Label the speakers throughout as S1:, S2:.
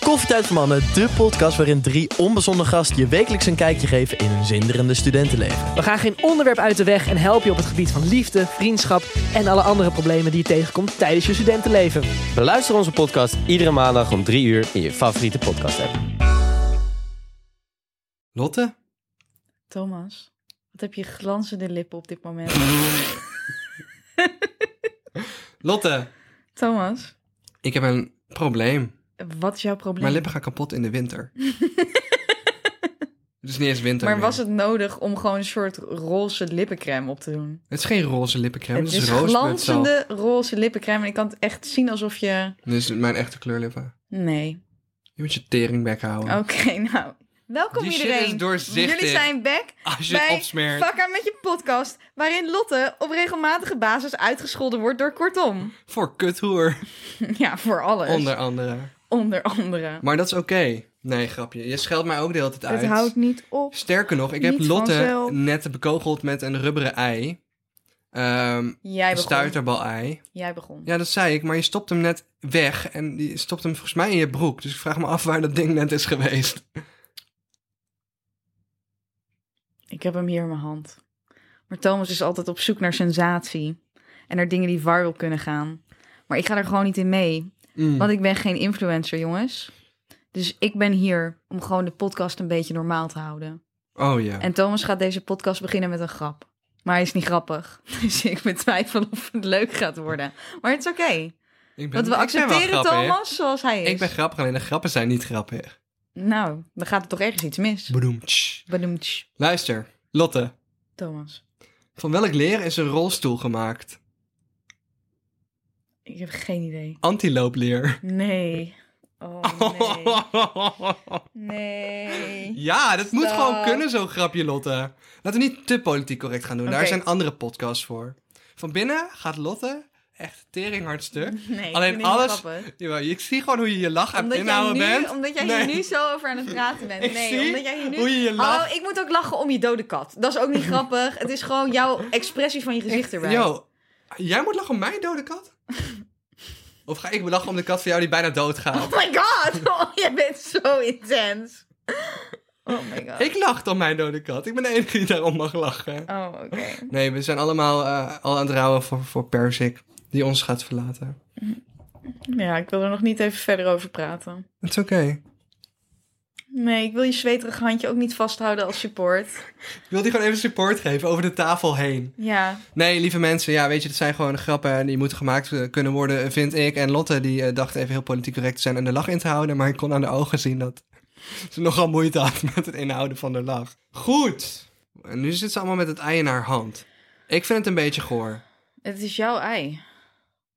S1: Koffietijd voor Mannen, de podcast waarin drie onbezonnen gasten je wekelijks een kijkje geven in hun zinderende studentenleven.
S2: We gaan geen onderwerp uit de weg en helpen je op het gebied van liefde, vriendschap en alle andere problemen die je tegenkomt tijdens je studentenleven.
S3: Beluister onze podcast iedere maandag om 3 uur in je favoriete podcast app.
S4: Lotte?
S5: Thomas, wat heb je glanzende lippen op dit moment?
S4: Lotte,
S5: Thomas,
S4: ik heb een probleem.
S5: wat is jouw probleem?
S4: Mijn lippen gaan kapot in de winter. het is niet eens winter
S5: maar
S4: meer.
S5: was het nodig om gewoon een soort roze lippencrème op te doen?
S4: Het is geen roze lippencrème,
S5: het
S4: het is,
S5: is
S4: roosmutsel.
S5: glanzende roze lippencrème en ik kan het echt zien alsof je...
S4: Dit is mijn echte kleurlippen.
S5: Nee.
S4: Je moet je teringbek houden.
S5: Oké, nou. Welkom
S4: Die shit
S5: iedereen.
S4: is doorzichtig.
S5: Jullie zijn back
S4: Als je het
S5: bij
S4: opsmeert.
S5: Fakka met je podcast, waarin Lotte op regelmatige basis uitgescholden wordt door Kortom.
S4: Voor kuthoer,
S5: Ja, voor alles.
S4: onder andere.
S5: Onder andere.
S4: Maar dat is oké. Nee, grapje. Je scheldt mij ook de hele tijd uit.
S5: Het houdt niet op.
S4: Sterker nog, ik heb
S5: niet
S4: Lotte
S5: vanzelf.
S4: net bekogeld met een rubberen ei. Ehm
S5: Jij
S4: een
S5: begon.
S4: stuiterbal-ei.
S5: Jij begon.
S4: Ja, dat zei ik, maar je stopt hem net weg en je stopt hem volgens mij in je broek. Dus ik vraag me af waar dat ding net is geweest.
S5: Ik heb hem hier in mijn hand. Maar Thomas is altijd op zoek naar sensatie. En naar dingen die viral kunnen gaan. Maar ik ga er gewoon niet in mee.
S4: Mm.
S5: Want ik ben geen influencer, jongens. Dus ik ben hier om gewoon de podcast een beetje normaal te houden.
S4: Oh ja.
S5: En Thomas gaat deze podcast beginnen met een grap. Maar hij is niet grappig. Dus ik betwijfel of het leuk gaat worden. Maar het is oké.
S4: Ik ben-
S5: Want we
S4: ik ben wel
S5: accepteren
S4: grappig.
S5: Thomas zoals hij is.
S4: Ik ben grappig, alleen de grappen zijn niet grappig.
S5: Nou, dan gaat er toch ergens iets mis.
S4: Bedoem. tsch.
S5: Badoemtsch.
S4: Luister, Lotte.
S5: Thomas,
S4: Van welk leer is een rolstoel gemaakt?
S5: ik heb geen idee.
S4: Antiloopleer.
S5: Nee. Oh, nee. Nee.
S4: Ja, dat moet
S5: Stop.
S4: gewoon kunnen, zo'n grapje, Lotte. Laten we niet te politiek correct gaan doen. Daar
S5: Oké.
S4: zijn andere podcasts voor. Van binnen gaat Lotte echt teringhard stuk.
S5: Nee, ik
S4: Alleen
S5: vind het niet
S4: alles.
S5: grappig.
S4: Jawel, ik zie gewoon hoe je je lach aan het
S5: Omdat jij,
S4: inhouden
S5: nu,
S4: bent.
S5: omdat jij
S4: Nee.
S5: hier nu zo over aan het praten bent.
S4: Ik
S5: nee,
S4: zie
S5: omdat jij hier nu...
S4: hoe je je lacht.
S5: Oh, ik moet ook lachen om je dode kat. Dat is ook niet grappig. Het is gewoon jouw expressie van je gezicht erbij.
S4: Yo, jij moet lachen om mijn dode kat? of ga ik lachen om de kat van jou die bijna doodgaat?
S5: Oh my god! Oh, jij bent zo intens. Oh my god.
S4: Ik lacht om mijn dode kat. Ik ben de enige die daarom mag lachen.
S5: Oh, oké.
S4: Nee, we zijn allemaal eh, al aan het rouwen voor, voor Persik, die ons gaat verlaten.
S5: Ja, ik wil er nog niet even verder over praten.
S4: Het is oké.
S5: Nee, ik wil je zweterig handje ook niet vasthouden als support.
S4: Ik wil die gewoon even support geven over de tafel heen.
S5: Ja,
S4: Nee, lieve mensen, ja, weet je, dat zijn gewoon grappen en die moeten gemaakt eh, kunnen worden, vind ik. En Lotte, die eh, dacht even heel politiek correct te zijn en de lach in te houden, maar ik kon aan de ogen zien dat ze nogal moeite had met het inhouden van de lach. Goed. En nu zit ze allemaal met het ei in haar hand. Ik vind het een beetje goor.
S5: het is jouw ei.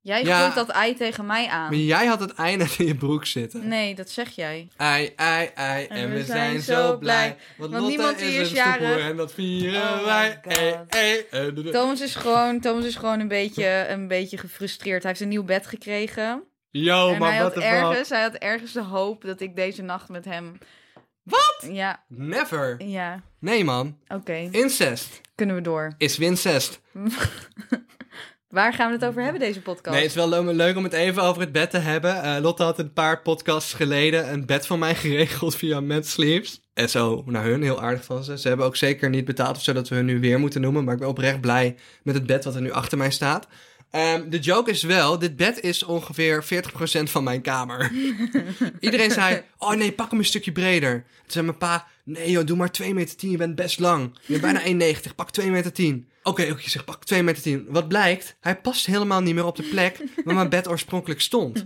S5: Jij
S4: Ja.
S5: gooit dat ei tegen mij
S4: Maar
S5: aan.
S4: jij had het ei net in je broek zitten.
S5: Nee, dat zeg jij.
S4: Ei, ei, ei, en, we, zijn, zo blij. Want, Lotte
S5: niemand
S4: is
S5: hier is
S4: een stoepoe
S5: jarig.
S4: en dat vieren
S5: Oh my
S4: wij. Ei,
S5: God.
S4: ei, ei, doe, doe.
S5: Thomas is gewoon, Thomas is gewoon een, beetje, een beetje gefrustreerd. Hij heeft een nieuw bed gekregen.
S4: Yo,
S5: en
S4: Oh, maar
S5: hij
S4: wat
S5: had,
S4: de fuck.
S5: ergens, hij had ergens de hoop dat ik deze nacht met hem...
S4: Wat?
S5: Ja,
S4: Never.
S5: ja,
S4: Nee, man.
S5: oké.
S4: Incest
S5: Kunnen we door.
S4: is wincest.
S5: Waar gaan we het over hebben, deze podcast?
S4: Nee, het is wel le- leuk om het even over het bed te hebben. Eh, Lotte had een paar podcasts geleden een bed van mij geregeld via Mad Sleeps. En zo, naar hun, heel aardig van ze. Ze hebben ook zeker niet betaald of zo dat we hun nu weer moeten noemen. Maar ik ben oprecht blij met het bed wat er nu achter mij staat. Ehm, de joke is wel, dit bed is ongeveer 40% van mijn kamer. Iedereen zei, oh nee, pak hem een stukje breder. Toen zei mijn pa, nee joh, doe maar 2,10 meter, je bent best lang. Je bent bijna 1,90, pak 2,10 meter. Oké, oké, ik zeg pak 2,10 meter. Wat blijkt, hij past helemaal niet meer op de plek waar mijn bed oorspronkelijk stond.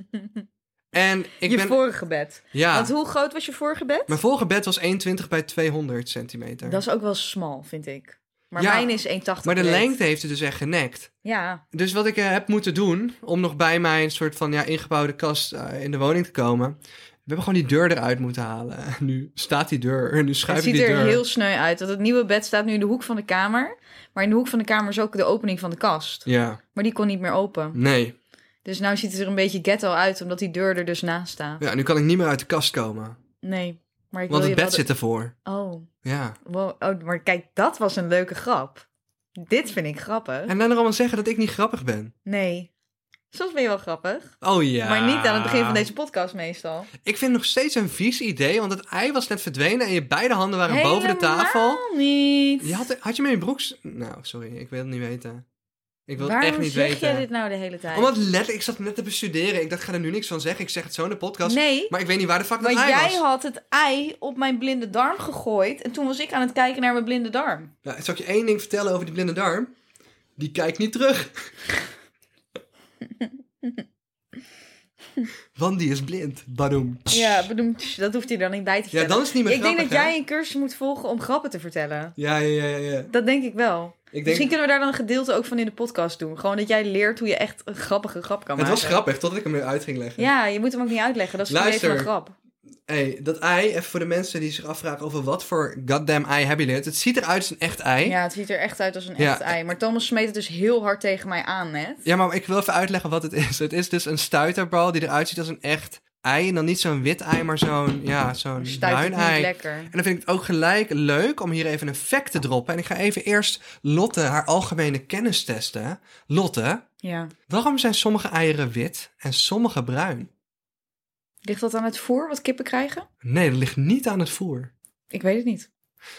S4: En ik
S5: je
S4: ben...
S5: vorige bed.
S4: Ja,
S5: Want hoe groot was je vorige bed?
S4: mijn vorige bed was 1,20 bij 200 centimeter.
S5: Dat is ook wel smal, vind ik. Maar
S4: Ja,
S5: mijn is 1,80
S4: maar de
S5: breed.
S4: lengte heeft het dus echt genekt.
S5: Ja,
S4: Dus wat ik eh, heb moeten doen om nog bij mijn soort van ja, ingebouwde kast eh, in de woning te komen. We hebben gewoon die deur eruit moeten halen. Nu staat die deur. en Nu schuif
S5: het
S4: ik
S5: ziet
S4: die
S5: er
S4: deur.
S5: heel sneu uit. Want het nieuwe bed staat nu in de hoek van de kamer. Maar in de hoek van de kamer is ook de opening van de kast.
S4: Ja,
S5: Maar die kon niet meer open.
S4: nee.
S5: Dus nou ziet het er een beetje ghetto uit, omdat die deur er dus naast staat.
S4: Ja, nu kan ik niet meer uit de kast komen.
S5: Nee, maar ik
S4: Want
S5: wil
S4: het
S5: je
S4: bed
S5: wel
S4: zit ervoor.
S5: de- Oh,
S4: Ja.
S5: wow. oh, maar kijk, dat was een leuke grap. Dit vind ik grappig.
S4: En dan er allemaal zeggen dat ik niet grappig ben.
S5: Nee, Soms ben je wel grappig.
S4: Oh ja.
S5: Maar niet aan het begin van deze podcast meestal.
S4: Ik vind het nog steeds een vies idee, want het ei was net verdwenen en je beide handen waren boven de tafel.
S5: Helemaal niet.
S4: Je had, had je met je broek... s- Nou, sorry, ik wil het niet weten. Ik wil
S5: Waarom
S4: het echt niet
S5: zeg
S4: weten.
S5: jij dit nou de hele tijd?
S4: Omdat letterlijk, ik zat net te bestuderen. Ik dacht, ik ga er nu niks van zeggen. Ik zeg het zo in de podcast.
S5: nee,
S4: Maar ik weet niet waar de fuck dat
S5: want
S4: ei
S5: jij
S4: was.
S5: had het ei op mijn blinde darm gegooid. En toen was ik aan het kijken naar mijn blinde darm.
S4: Nou, zal ik je één ding vertellen over die blinde darm? Die kijkt niet terug. Want die is blind. Badoem.
S5: Ja, bedoeld, dat hoeft hij dan niet bij te
S4: Ja,
S5: vertellen.
S4: dan is het niet meer
S5: ik denk dat
S4: grappig, hè?
S5: jij een cursus moet volgen om grappen te vertellen.
S4: Ja, ja, ja, ja.
S5: Dat denk ik wel.
S4: Ik denk...
S5: Misschien kunnen we daar dan een gedeelte ook van in de podcast doen. Gewoon dat jij leert hoe je echt een grappige grap kan
S4: Het
S5: maken.
S4: was grappig, totdat ik hem weer uit ging leggen.
S5: Ja, je moet hem ook niet uitleggen. Dat is gewoon
S4: Luister.
S5: even een grap.
S4: Hey, dat ei, even voor de mensen die zich afvragen over wat voor goddamn ei hebben jullie het. Het ziet eruit als een echt ei.
S5: Ja, het ziet er echt uit als een
S4: Ja.
S5: echt ei. Maar Thomas smeet het dus heel hard tegen mij aan net.
S4: Ja, maar ik wil even uitleggen wat het is. Het is dus een stuiterbal die eruit ziet als een echt ei. En dan niet zo'n wit ei, maar zo'n, ja, zo'n
S5: Dus Stuit
S4: bruin
S5: het
S4: ei.
S5: niet lekker.
S4: En dan vind ik het ook gelijk leuk om hier even een fact te droppen. En ik ga even eerst Lotte haar algemene kennis testen. Lotte,
S5: Ja.
S4: waarom zijn sommige eieren wit en sommige bruin?
S5: Ligt dat aan het voer wat kippen krijgen?
S4: Nee, dat ligt niet aan het voer.
S5: Ik weet het niet.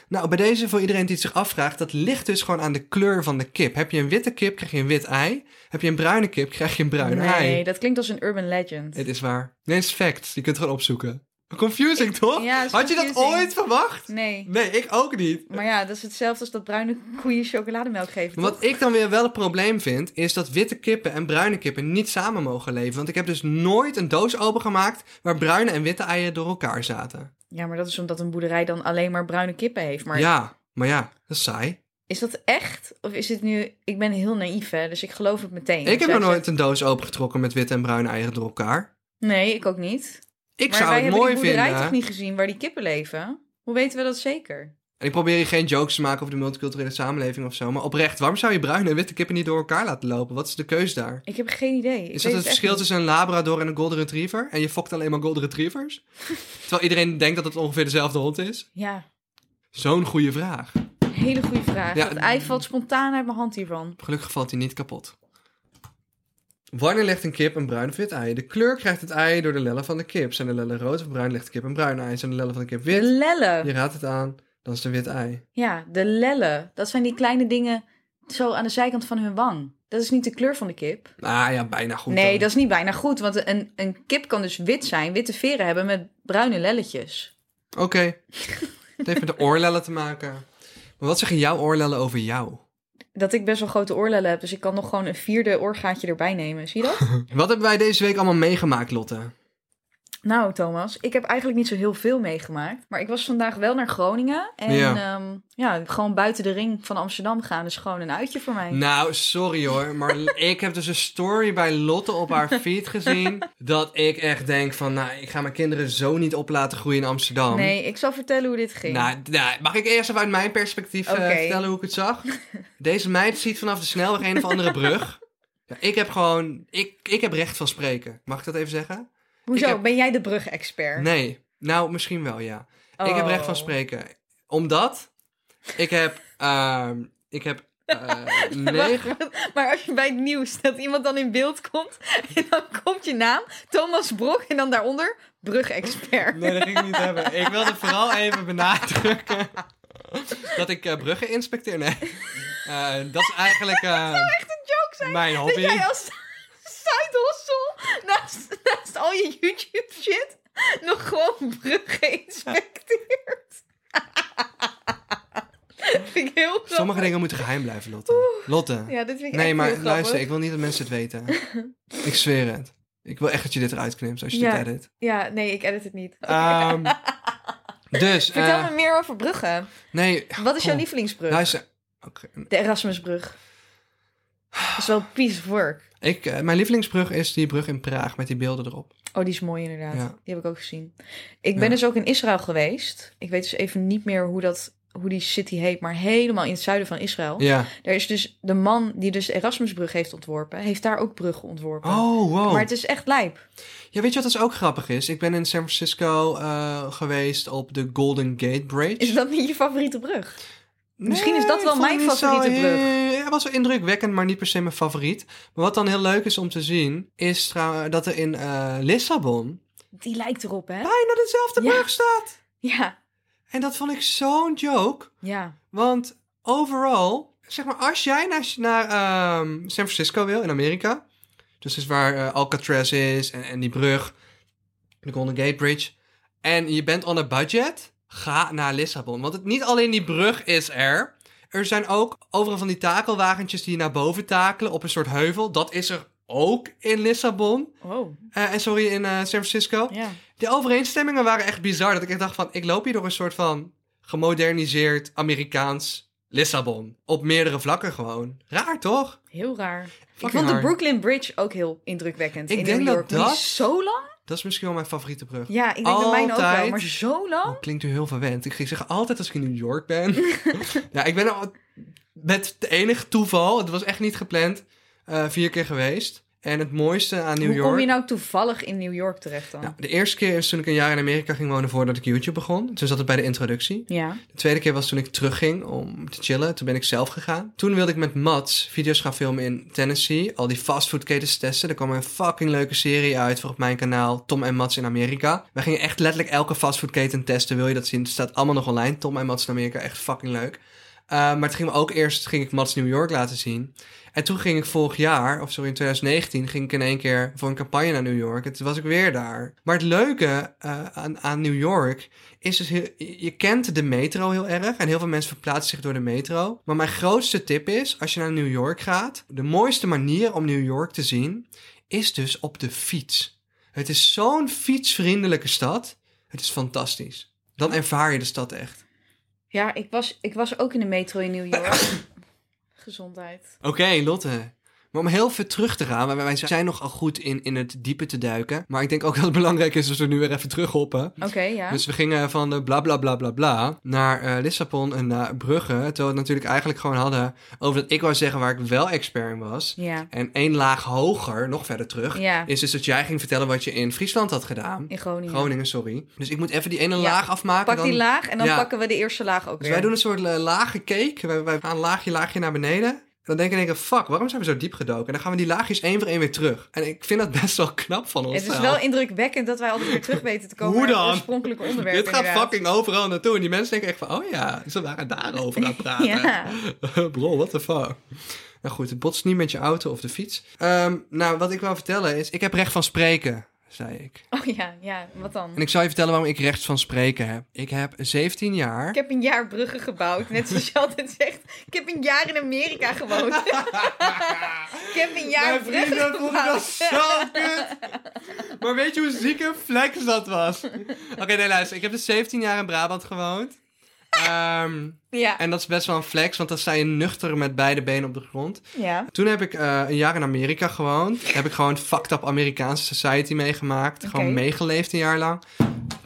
S4: Nou, bij deze voor iedereen die het zich afvraagt, dat ligt dus gewoon aan de kleur van de kip. Heb je een witte kip, krijg je een wit ei. Heb je een bruine kip, krijg je een bruin
S5: nee,
S4: ei.
S5: dat klinkt als een urban legend.
S4: Het is waar. Nee, het is fact. Je kunt het gewoon opzoeken. Confusing, toch?
S5: ja, het is
S4: Had je dat
S5: confusing.
S4: ooit verwacht?
S5: Nee.
S4: Nee, ik ook niet.
S5: Maar ja, dat is hetzelfde als dat bruine koeien chocolademelk geven.
S4: Wat
S5: toch?
S4: ik dan weer wel een probleem vind, is dat witte kippen en bruine kippen niet samen mogen leven. Want ik heb dus nooit een doos opengemaakt waar bruine en witte eieren door elkaar zaten.
S5: Ja, maar dat is omdat een boerderij dan alleen maar bruine kippen heeft. Maar
S4: Ja, maar ja, dat is saai.
S5: is dat echt? Of is het nu... Ik ben heel naïef, hè, dus ik geloof het meteen.
S4: Ik heb
S5: Zij
S4: nog nooit een doos opengetrokken met witte en bruine eieren door elkaar.
S5: zegt- Nee, ik ook niet.
S4: Ik
S5: maar
S4: zou
S5: wij
S4: het
S5: hebben
S4: mooi
S5: die boerderij
S4: vinden.
S5: toch niet gezien waar die kippen leven? Hoe weten we dat zeker?
S4: En ik probeer hier geen jokes te maken over de multiculturele samenleving of zo. Maar oprecht, waarom zou je bruine en witte kippen niet door elkaar laten lopen? Wat is de keus daar?
S5: Ik heb geen idee. Ik
S4: Is
S5: weet
S4: dat het
S5: echt
S4: verschil
S5: niet.
S4: tussen een labrador en een golden retriever? En je fokt alleen maar golden retrievers? Terwijl iedereen denkt dat het ongeveer dezelfde hond is?
S5: Ja,
S4: Zo'n goede vraag.
S5: hele goede vraag.
S4: Ja.
S5: Het Dat ei valt spontaan uit mijn hand hiervan.
S4: Gelukkig valt hij niet kapot. Wanneer legt een kip een bruin of wit ei? De kleur krijgt het ei door de lellen van de kip. Zijn de lellen rood of bruin, legt de kip een bruin ei. Zijn de lellen van de kip
S5: De
S4: wit?
S5: lellen.
S4: Je raadt het aan, dan is het een wit ei.
S5: Ja, de lellen. Dat zijn die kleine dingen zo aan de zijkant van hun wang. Dat is niet de kleur van de kip.
S4: Ah ja, bijna goed
S5: nee,
S4: dan.
S5: dat is niet bijna goed. Want een, een kip kan dus wit zijn, witte veren hebben met bruine lelletjes.
S4: Oké. het heeft met de oorlellen te maken. Maar wat zeggen jouw oorlellen over jou?
S5: Dat ik best wel grote oorlellen heb, dus ik kan nog gewoon een vierde oorgaatje erbij nemen. Zie je dat?
S4: Wat hebben wij deze week allemaal meegemaakt, Lotte?
S5: nou, Thomas, ik heb eigenlijk niet zo heel veel meegemaakt. Maar ik was vandaag wel naar Groningen. En
S4: Ja.
S5: ja, ja gewoon buiten de ring van Amsterdam gaan is gewoon een uitje voor mij.
S4: Nou, sorry hoor, maar ik heb dus een story bij Lotte op haar feed gezien. Dat ik echt denk van, nou, ik ga mijn kinderen zo niet op laten groeien in Amsterdam.
S5: Nee, ik zal vertellen hoe dit ging.
S4: Nou, nou, mag ik eerst even uit mijn perspectief eh,
S5: Oké.
S4: vertellen hoe ik het zag? Deze meid ziet vanaf de snelweg een of andere brug. Ja, ik heb gewoon, ik, ik heb recht van spreken. Mag ik dat even zeggen?
S5: Hoezo?
S4: ik heb-
S5: Ben jij de brug-expert?
S4: Nee. Nou, misschien wel, ja. Ik heb
S5: Oh.
S4: recht van spreken. Omdat ik heb, ehm, ik heb eh, negen...
S5: Maar als je bij het nieuws dat iemand dan in beeld komt en dan komt je naam, Thomas Brok en dan daaronder brugexpert.
S4: Nee, dat ging ik niet hebben. Ik wilde vooral even benadrukken dat ik eh, bruggen inspecteer. Nee, Eh, dat is eigenlijk eh,
S5: Joke zijn
S4: mijn
S5: dat
S4: hobby.
S5: jij als Zuidhossel naast, naast al je YouTube shit nog gewoon bruggen inspecteert. vind ik heel grappig.
S4: Sommige dingen moeten geheim blijven, Lotte. Lotte.
S5: Ja, dit vind ik
S4: nee,
S5: echt
S4: maar
S5: heel grappig.
S4: luister, ik wil niet dat mensen het weten. Ik zweer het. Ik wil echt dat je dit eruit knipt als je
S5: Ja.
S4: dit edit.
S5: Ja, nee, ik edit het niet.
S4: Ehm, dus,
S5: Vertel
S4: eh,
S5: me meer over bruggen.
S4: nee.
S5: Wat is jouw
S4: Goh,
S5: lievelingsbrug?
S4: Luister. Oké,
S5: De Erasmusbrug. Dat is wel piece of work.
S4: Ik, eh, mijn lievelingsbrug is die brug in Praag met die beelden erop.
S5: Oh, die is mooi inderdaad.
S4: Ja.
S5: Die heb ik ook gezien. Ik ben
S4: Ja.
S5: dus ook in Israël geweest. Ik weet dus even niet meer hoe, dat, hoe die city heet, maar helemaal in het zuiden van Israël.
S4: Ja.
S5: Daar is dus de man die dus de Erasmusbrug heeft ontworpen, heeft daar ook bruggen ontworpen.
S4: Oh, wow.
S5: Maar het is echt lijp.
S4: Ja, weet je wat dus ook grappig is? Ik ben in San Francisco eh, geweest op de Golden Gate Bridge.
S5: Is dat niet je favoriete brug? Misschien is dat wel
S4: ik vond
S5: mijn
S4: hem niet zo
S5: favoriete brug.
S4: heel- Hij was wel indrukwekkend, maar niet per se mijn favoriet. Maar wat dan heel leuk is om te zien, is trouwens dat er in eh, Lissabon
S5: Die lijkt erop, hè?
S4: bijna dezelfde
S5: Ja.
S4: brug staat.
S5: Ja.
S4: En dat vond ik zo'n joke.
S5: Ja.
S4: Want overal, zeg maar, als jij naar, naar ehm, San Francisco wil in Amerika, dus is waar eh, Alcatraz is en, en die brug, de Golden Gate Bridge, en je bent on a budget, ga naar Lissabon. Want het, niet alleen die brug is er, er zijn ook overal van die takelwagentjes die naar boven takelen op een soort heuvel. Dat is er ook in Lissabon.
S5: Oh,
S4: Eh, en sorry, in eh, San Francisco.
S5: ja.
S4: De overeenstemmingen waren echt bizar. Dat ik echt dacht van, ik loop hier door een soort van gemoderniseerd Amerikaans Lissabon. Op meerdere vlakken gewoon. Raar toch?
S5: Heel raar. ik
S4: Fucking
S5: vond de
S4: raar.
S5: Brooklyn Bridge ook heel indrukwekkend.
S4: Ik
S5: in
S4: denk
S5: New
S4: dat
S5: York. Die
S4: dat-
S5: is zo lang?
S4: Dat is misschien wel mijn favoriete brug.
S5: Ja, ik denk dat mijn ook wel.
S4: Altijd.
S5: Maar zo lang?
S4: Oh, klinkt u heel verwend. Ik zeg altijd als ik in New York ben. ja, ik ben al met het enige toeval, het was echt niet gepland, eh, vier keer geweest. En het mooiste aan New
S5: Hoe
S4: York...
S5: kom je nou toevallig in New York terecht dan?
S4: Nou, de eerste keer is toen ik een jaar in Amerika ging wonen voordat ik YouTube begon. Toen zat het bij de introductie.
S5: Ja.
S4: De tweede keer was toen ik terugging om te chillen. Toen ben ik zelf gegaan. Toen wilde ik met Mats video's gaan filmen in Tennessee. Al die fastfoodketens testen. Er kwam een fucking leuke serie uit voor op mijn kanaal. Tom en Mats in Amerika. Wij gingen echt letterlijk elke fastfoodketen testen. Wil je dat zien? Het staat allemaal nog online. Tom en Mats in Amerika. Echt fucking leuk. Eh, maar toen ging ook eerst ging ik Mats New York laten zien. En toen ging ik vorig jaar, of sorry in 2019, ging ik in één keer voor een campagne naar New York. En toen was ik weer daar. Maar het leuke eh, aan, aan New York is dus heel- je kent de metro heel erg en heel veel mensen verplaatsen zich door de metro. Maar mijn grootste tip is, als je naar New York gaat, de mooiste manier om New York te zien is dus op de fiets. Het is zo'n fietsvriendelijke stad. Het is fantastisch. Dan ervaar je de stad echt.
S5: Ja, ik was, ik was ook in de metro in New York. Gezondheid.
S4: Oké, Lotte. Maar om heel ver terug te gaan, want wij zijn nogal goed in, in het diepe te duiken. Maar ik denk ook dat het belangrijk is dat we nu weer even terughoppen.
S5: Oké, ja.
S4: Dus we gingen van de bla bla bla bla bla naar eh, Lissabon en naar Brugge. Terwijl we het natuurlijk eigenlijk gewoon hadden over dat ik wou zeggen waar ik wel expert in was.
S5: Ja,
S4: En één laag hoger, nog verder terug,
S5: Ja.
S4: is dus dat jij ging vertellen wat je in Friesland had gedaan.
S5: in Groningen.
S4: Groningen, sorry. Dus ik moet even die ene
S5: Ja.
S4: laag afmaken.
S5: Pak
S4: dan...
S5: die laag en dan
S4: Ja.
S5: pakken we de eerste laag ook
S4: Dus
S5: weer.
S4: wij doen een soort eh, lage cake. Wij, wij gaan laagje, laagje naar beneden. En dan denk ik, in één keer, fuck, waarom zijn we zo diep gedoken? En dan gaan we die laagjes één voor één weer terug. En ik vind dat best wel knap van ons.
S5: Het is wel indrukwekkend dat wij altijd weer terug weten te komen
S4: Hoe
S5: naar
S4: dan?
S5: het oorspronkelijke onderwerp.
S4: Dit gaat
S5: inderdaad.
S4: fucking overal naartoe. En die mensen denken echt van, oh ja, ze waren daarover aan het praten.
S5: Ja.
S4: Bro, what the fuck. Nou goed, het botst niet met je auto of de fiets. Ehm, nou, wat ik wil vertellen is, ik heb recht van spreken, zei ik.
S5: Oh ja, ja, wat dan?
S4: En ik zal je vertellen waarom ik recht van spreken heb. Ik heb 17 jaar...
S5: Ik heb een jaar bruggen gebouwd. Net zoals je altijd zegt. Ik heb een jaar in Amerika gewoond. ik heb een jaar
S4: Mijn
S5: bruggen
S4: vrienden vonden dat
S5: gebouwd.
S4: zo kut. Maar weet je hoe ziek een flex dat was? Oké, nee, luister. Ik heb dus 17 jaar in Brabant gewoond. Ehm,
S5: Ja.
S4: en dat is best wel een flex, want dan sta je nuchter met beide benen op de grond.
S5: ja.
S4: Toen heb ik eh, een jaar in Amerika gewoond. Heb ik gewoon fucked up Amerikaanse society meegemaakt. Gewoon
S5: Oké.
S4: meegeleefd een jaar lang.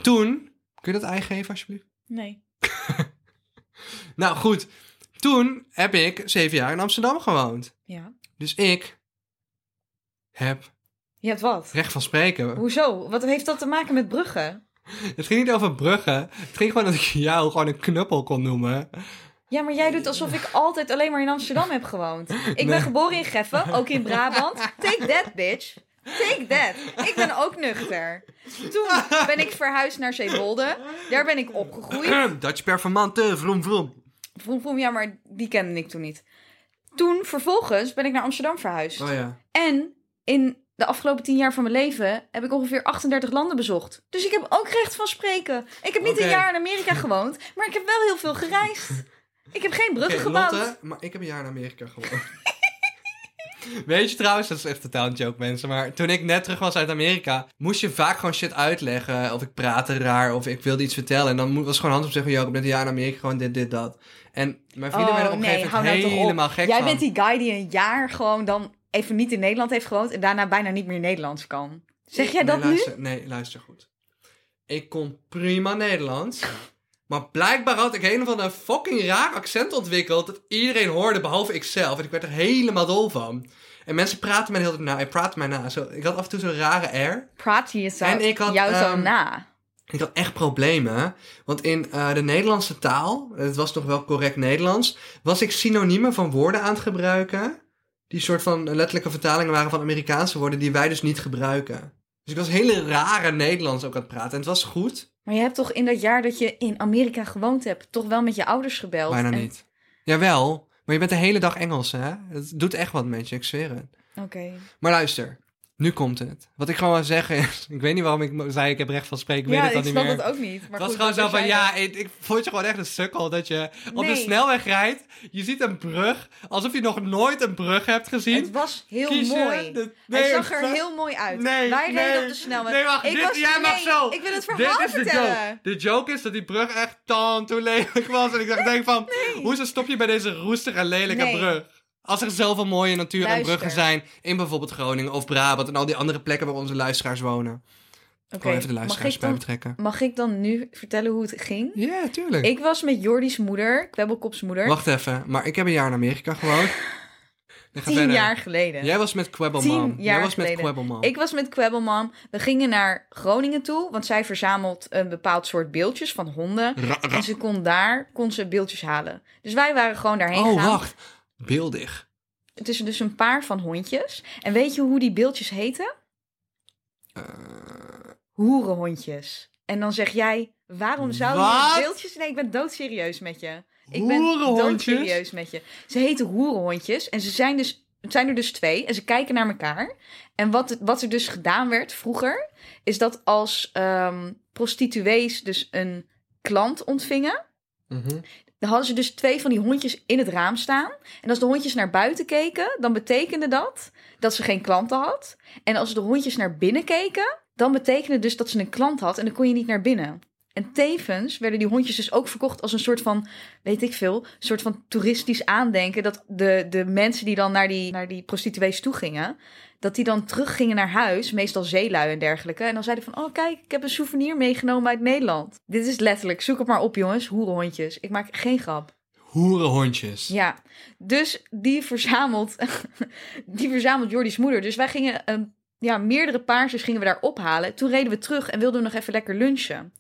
S4: Toen... Kun je dat ei geven, alsjeblieft?
S5: Nee.
S4: Nou, goed. Toen heb ik zeven jaar in Amsterdam gewoond.
S5: Ja.
S4: Dus ik heb
S5: Je hebt wat?
S4: recht van spreken.
S5: Hoezo? Wat heeft dat te maken met bruggen?
S4: Het ging niet over bruggen. Het ging gewoon dat ik jou gewoon een knuppel kon noemen.
S5: Ja, maar jij doet alsof ik altijd alleen maar in Amsterdam heb gewoond. Ik ben
S4: Nee.
S5: geboren in Geffen, ook in Brabant. Take that, bitch. Take that. Ik ben ook nuchter. Toen ben ik verhuisd naar Zeewolde. Daar ben ik opgegroeid.
S4: Dutch performante, vroom vroom.
S5: Vroem, vroem, ja, maar die kende ik toen niet. Toen vervolgens ben ik naar Amsterdam verhuisd.
S4: Oh ja.
S5: En in de afgelopen tien jaar van mijn leven heb ik ongeveer 38 landen bezocht. Dus ik heb ook recht van spreken. Ik heb niet
S4: Oké.
S5: een jaar in Amerika gewoond, maar ik heb wel heel veel gereisd. Ik heb geen bruggen
S4: Oké,
S5: gebouwd.
S4: Lotte, maar ik heb een jaar in Amerika gewoond. Weet je trouwens, dat is echt totaal een joke mensen, maar toen ik net terug was uit Amerika, moest je vaak gewoon shit uitleggen. Of ik praatte raar, of ik wilde iets vertellen. En dan mo- was het gewoon handig om te zeggen, yo, ik ben een jaar in Amerika, gewoon dit, dit, dat. En mijn vrienden werden op een gegeven
S5: hou nou
S4: moment
S5: toch op.
S4: helemaal gek
S5: Jij
S4: van.
S5: bent die guy die een jaar gewoon dan even niet in Nederland heeft gewoond en daarna bijna niet meer Nederlands kan. Zeg jij dat
S4: nee,
S5: nu?
S4: luister, Nee, luister goed. Ik kon prima Nederlands. Maar blijkbaar had ik een of ander fucking raar accent ontwikkeld. Dat iedereen hoorde, behalve ikzelf. En ik werd er helemaal dol van. En mensen praten mij heel na. Ik praatte mij na. Zo, ik had af en toe zo'n rare R.
S5: Praat je jezelf,
S4: En ik had,
S5: jou zo
S4: ehm,
S5: na?
S4: Ik had echt problemen, want in eh, de Nederlandse taal, het was nog wel correct Nederlands, was ik synoniemen van woorden aan het gebruiken. Die soort van letterlijke vertalingen waren van Amerikaanse woorden die wij dus niet gebruiken. Dus ik was hele rare Nederlands ook aan het praten. En het was goed,
S5: Maar je hebt toch in dat jaar dat je in Amerika gewoond hebt, toch wel met je ouders gebeld?
S4: bijna
S5: En-
S4: niet. Jawel, maar je bent de hele dag Engels, hè? Het doet echt wat met je, ik zweer het.
S5: Oké.
S4: Maar luister, nu komt het. Wat ik gewoon wil zeggen is, ik weet niet waarom ik zei ik heb recht van spreken, ik
S5: Ja,
S4: weet het
S5: ik
S4: dan niet
S5: snap
S4: meer.
S5: dat ook niet. Maar
S4: Het was
S5: goed,
S4: gewoon
S5: dat
S4: zo van,
S5: jij
S4: ja,
S5: dat-
S4: ik, ik vond je gewoon echt een sukkel dat je op de
S5: Nee.
S4: snelweg rijdt. Je ziet een brug, alsof je nog nooit een brug hebt gezien.
S5: Het was heel
S4: Kies je
S5: mooi.
S4: de-
S5: Hij
S4: nee,
S5: zag er
S4: het was-
S5: heel mooi uit.
S4: Nee,
S5: Wij
S4: nee.
S5: reden op de snelweg.
S4: Nee, wacht,
S5: ik
S4: dit,
S5: was,
S4: jij mag
S5: nee,
S4: zo.
S5: Ik wil het verhaal
S4: dit is De
S5: vertellen.
S4: joke. de joke is dat die brug echt tan toe lelijk was. En ik dacht, denk van, hoezo stop je bij deze roestige en lelijke
S5: Nee.
S4: brug? Als er zoveel mooie natuur en
S5: Luister.
S4: bruggen zijn in bijvoorbeeld Groningen of Brabant en al die andere plekken waar onze luisteraars wonen.
S5: Oké,
S4: Gewoon even de
S5: mag
S4: luisteraars
S5: ik
S4: bij
S5: dan-
S4: betrekken.
S5: Mag ik dan nu vertellen hoe het ging?
S4: Ja, tuurlijk.
S5: Ik was met Jordi's moeder, Kwebbelkops moeder,
S4: Wacht even, maar ik heb een jaar in Amerika gewoond. Dan ga
S5: tien
S4: verder.
S5: jaar geleden.
S4: Jij was met Quabblemom.
S5: Tien jaar
S4: Jij was met
S5: geleden.
S4: Quabblemom.
S5: Ik was met Kwebbelmam. We gingen naar Groningen toe, want zij verzamelt een bepaald soort beeldjes van honden. En ze kon daar kon ze beeldjes halen. Dus wij waren gewoon daarheen
S4: Oh,
S5: gegaan.
S4: wacht. Beeldig.
S5: Het is dus een paar van hondjes. En weet je hoe die beeldjes heten?
S4: Eh.
S5: Hoerenhondjes. En dan zeg jij, waarom zou
S4: Wat?
S5: je beeldjes... Nee, ik ben doodserieus met je. Ik
S4: Hoerenhondjes?
S5: ben doodserieus met je. Ze heten hoerenhondjes. En ze zijn, dus, het zijn er dus twee. En ze kijken naar elkaar. En wat, wat er dus gedaan werd vroeger... is dat als ehm, prostituees dus een klant ontvingen...
S4: Mhm.
S5: Dan hadden ze dus twee van die hondjes in het raam staan. En als de hondjes naar buiten keken, dan betekende dat dat ze geen klanten had. En als de hondjes naar binnen keken, dan betekende dus dat ze een klant had en dan kon je niet naar binnen. En tevens werden die hondjes dus ook verkocht als een soort van, weet ik veel, een soort van toeristisch aandenken. Dat de, de mensen die dan naar die, naar die prostituees toe gingen, dat die dan teruggingen naar huis, meestal zeelui en dergelijke. En dan zeiden van, oh kijk, ik heb een souvenir meegenomen uit Nederland. Dit is letterlijk, zoek het maar op jongens, hoerenhondjes. Ik maak geen grap.
S4: Hoerenhondjes.
S5: Ja, dus die verzamelt, die verzamelt Jordi's moeder. Dus wij gingen ehm, ja, meerdere paarsjes gingen we daar ophalen. Toen reden we terug en wilden we nog even lekker lunchen.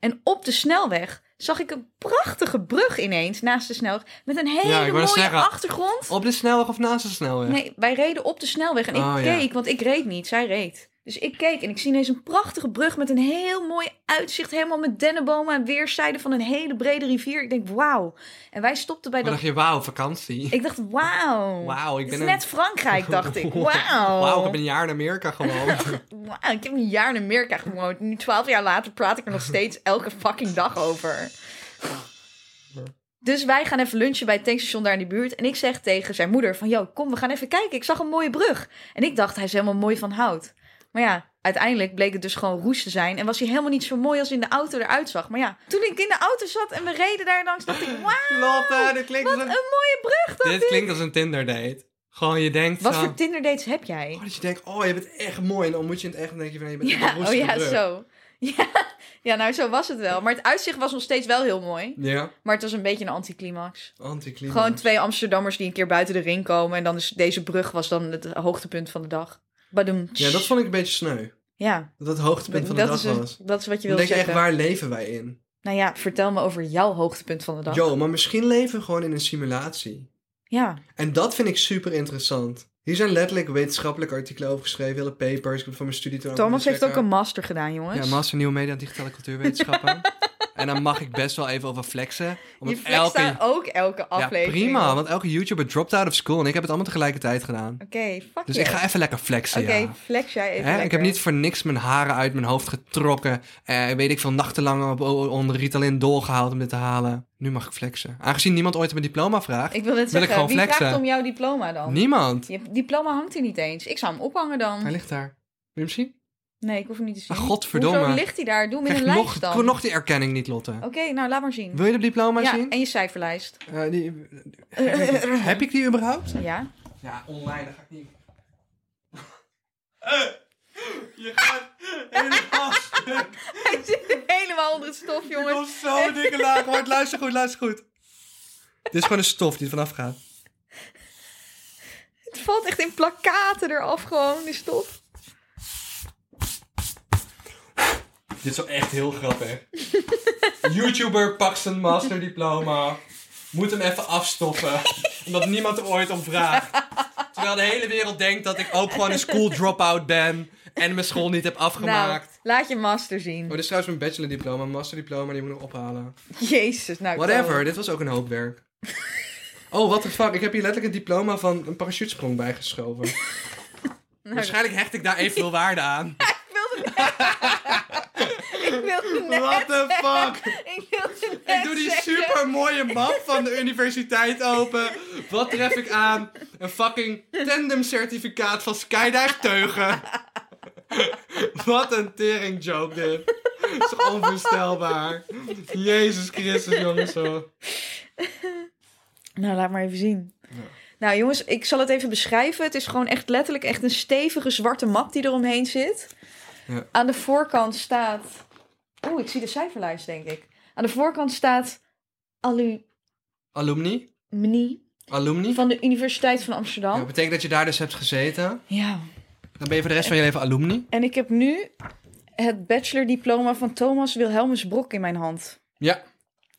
S5: En op de snelweg zag ik een prachtige brug ineens naast de snelweg. Met een hele
S4: ik wou
S5: mooie
S4: net zeggen.
S5: achtergrond.
S4: Op de snelweg of naast de snelweg?
S5: Nee, wij reden op de snelweg en ik
S4: Eh. Oh, ja.
S5: keek, want ik reed niet, zij reed. Dus ik keek en ik zie ineens een prachtige brug met een heel mooi uitzicht. Helemaal met dennenbomen aan weerszijden van een hele brede rivier. Ik denk, wauw. En wij stopten bij
S4: Dan
S5: dat
S4: dacht je, wauw, vakantie.
S5: ik dacht, wauw.
S4: Wauw, ik
S5: Het is
S4: ben
S5: net Frankrijk, dacht ik. Wauw.
S4: Wauw, ik heb een jaar in Amerika gewoond.
S5: Wauw, ik heb een jaar in Amerika gewoond. Nu, twaalf jaar later, praat ik er nog steeds elke fucking dag over. Dus wij gaan even lunchen bij het tankstation daar in de buurt. En ik zeg tegen zijn moeder van... Yo, kom, we gaan even kijken. Ik zag een mooie brug. En ik dacht, hij is helemaal mooi van hout. Maar ja, uiteindelijk bleek het dus gewoon roest te zijn. En was hij helemaal niet zo mooi als in de auto eruit zag. Maar ja, toen ik in de auto zat en we reden daar langs... dacht ik, wauw,
S4: Lotte, dit klinkt,
S5: wat
S4: als
S5: een
S4: een,
S5: mooie brug dat
S4: dit klinkt als een Tinder date. Gewoon, je denkt
S5: Wat
S4: zo...
S5: voor Tinder dates heb jij?
S4: Oh, dat je denkt, oh, je bent echt mooi. En dan moet je in het echt, dan denk je van, je bent
S5: Ja,
S4: een
S5: oh
S4: roestige
S5: ja,
S4: brug.
S5: zo. Ja, ja, nou zo was het wel. Maar het uitzicht was nog steeds wel heel mooi.
S4: Ja,
S5: Maar het was een beetje een anticlimax.
S4: anticlimax.
S5: Gewoon twee Amsterdammers die een keer buiten de ring komen. En dan is deze brug was dan het hoogtepunt van de dag. Badum.
S4: Ja, dat vond ik een beetje sneu.
S5: Ja,
S4: Dat het hoogtepunt van de
S5: dat
S4: dag
S5: is het-
S4: was.
S5: dat is wat je wil
S4: Dan denk je echt,
S5: zeggen.
S4: waar leven wij in?
S5: Nou ja, vertel me over jouw hoogtepunt van de dag.
S4: Jo, maar misschien leven we gewoon in een simulatie.
S5: Ja,
S4: En dat vind ik super interessant. Hier zijn letterlijk wetenschappelijke artikelen over geschreven, hele papers. Ik heb van mijn studie toen
S5: Thomas heeft ook een
S4: master.
S5: master gedaan, jongens.
S4: Ja, master nieuwe media en digitale cultuurwetenschappen. en dan mag ik best wel even over flexen.
S5: Je
S4: Omdat
S5: flext
S4: elke...
S5: daar ook elke
S4: Ja,
S5: aflevering.
S4: prima,
S5: op.
S4: want elke YouTuber dropped out of school en ik heb het allemaal tegelijkertijd gedaan.
S5: Oké, fuck
S4: Dus
S5: yes.
S4: ik ga even lekker flexen,
S5: Oké,
S4: ja.
S5: flex jij even
S4: Hè, ik heb
S5: lekker.
S4: niet voor niks mijn haren uit mijn hoofd getrokken. Eh, weet ik veel, nachtenlang op, onder Ritalin dolgehaald om dit te halen. Nu mag ik flexen. Aangezien niemand ooit mijn diploma vraagt.
S5: Ik wil net
S4: Wil ik
S5: zeggen,
S4: gewoon
S5: wie
S4: flexen?
S5: vraagt om jouw diploma dan?
S4: Niemand.
S5: Je diploma hangt hier niet eens. Ik zou hem ophangen
S4: Hij
S5: dan.
S4: ligt daar. Wil je hem zien?
S5: Nee, ik hoef hem niet te zien.
S4: Ah, godverdomme.
S5: Hoezo ligt hij daar? Doe hem in
S4: Krijg
S5: een
S4: je
S5: lijst
S4: nog,
S5: dan.
S4: kon nog die erkenning niet, Lotte.
S5: Oké, nou laat maar zien.
S4: Wil je de diploma
S5: ja,
S4: zien?
S5: en je cijferlijst.
S4: Eh, die- heb ik die überhaupt?
S5: Ja.
S4: Ja, online, dat ga ik niet. Eh, je gaat helemaal stuk.
S5: Hij zit helemaal onder het stof,
S4: Er
S5: jongens.
S4: komt zo'n dikke laag. Word, luister goed, luister goed. Dit is gewoon een stof die er vanaf gaat.
S5: Het valt echt in plakkaten eraf gewoon, die stof.
S4: Dit is wel echt heel grappig. YouTuber pakt zijn masterdiploma. Moet hem even afstoppen. Omdat niemand er ooit om vraagt. Terwijl de hele wereld denkt dat ik ook gewoon een school dropout ben. En mijn school niet heb
S5: Nou,
S4: afgemaakt.
S5: laat je master
S4: Oh,
S5: zien.
S4: dit is trouwens mijn bachelordiploma, mijn masterdiploma, die moet ik nog ophalen.
S5: Jezus, nou... ik
S4: Whatever, dit was ook een hoop werk. Oh, what the fuck, ik heb hier letterlijk een diploma van een parachutesprong bijgeschoven. Waarschijnlijk hecht ik daar evenveel waarde aan.
S5: wil- Ik wilde net...
S4: What the fuck?
S5: Ik wilde net
S4: Ik doe die
S5: zeggen-
S4: super mooie map van de universiteit open. Wat tref ik aan? Een fucking tandem certificaat van Skydive Teugen. Wat een tering joke dit. Dat is onvoorstelbaar. Jezus Christus, jongens. hoor.
S5: Nou, laat maar even zien. Nou jongens, ik zal het even beschrijven. Het is gewoon echt letterlijk echt een stevige zwarte mat die eromheen zit.
S4: Ja.
S5: Aan de voorkant staat... Oeh, ik zie de cijferlijst, denk ik. Aan de voorkant staat alumni
S4: Alumni? Alumni?
S5: van de Universiteit van Amsterdam.
S4: Ja,
S5: Ja.
S4: dat betekent dat je daar dus hebt gezeten. Dan ben je voor de rest van je leven alumni.
S5: En ik heb nu het bachelordiploma van Thomas Wilhelmus Brok in mijn hand.
S4: Ja,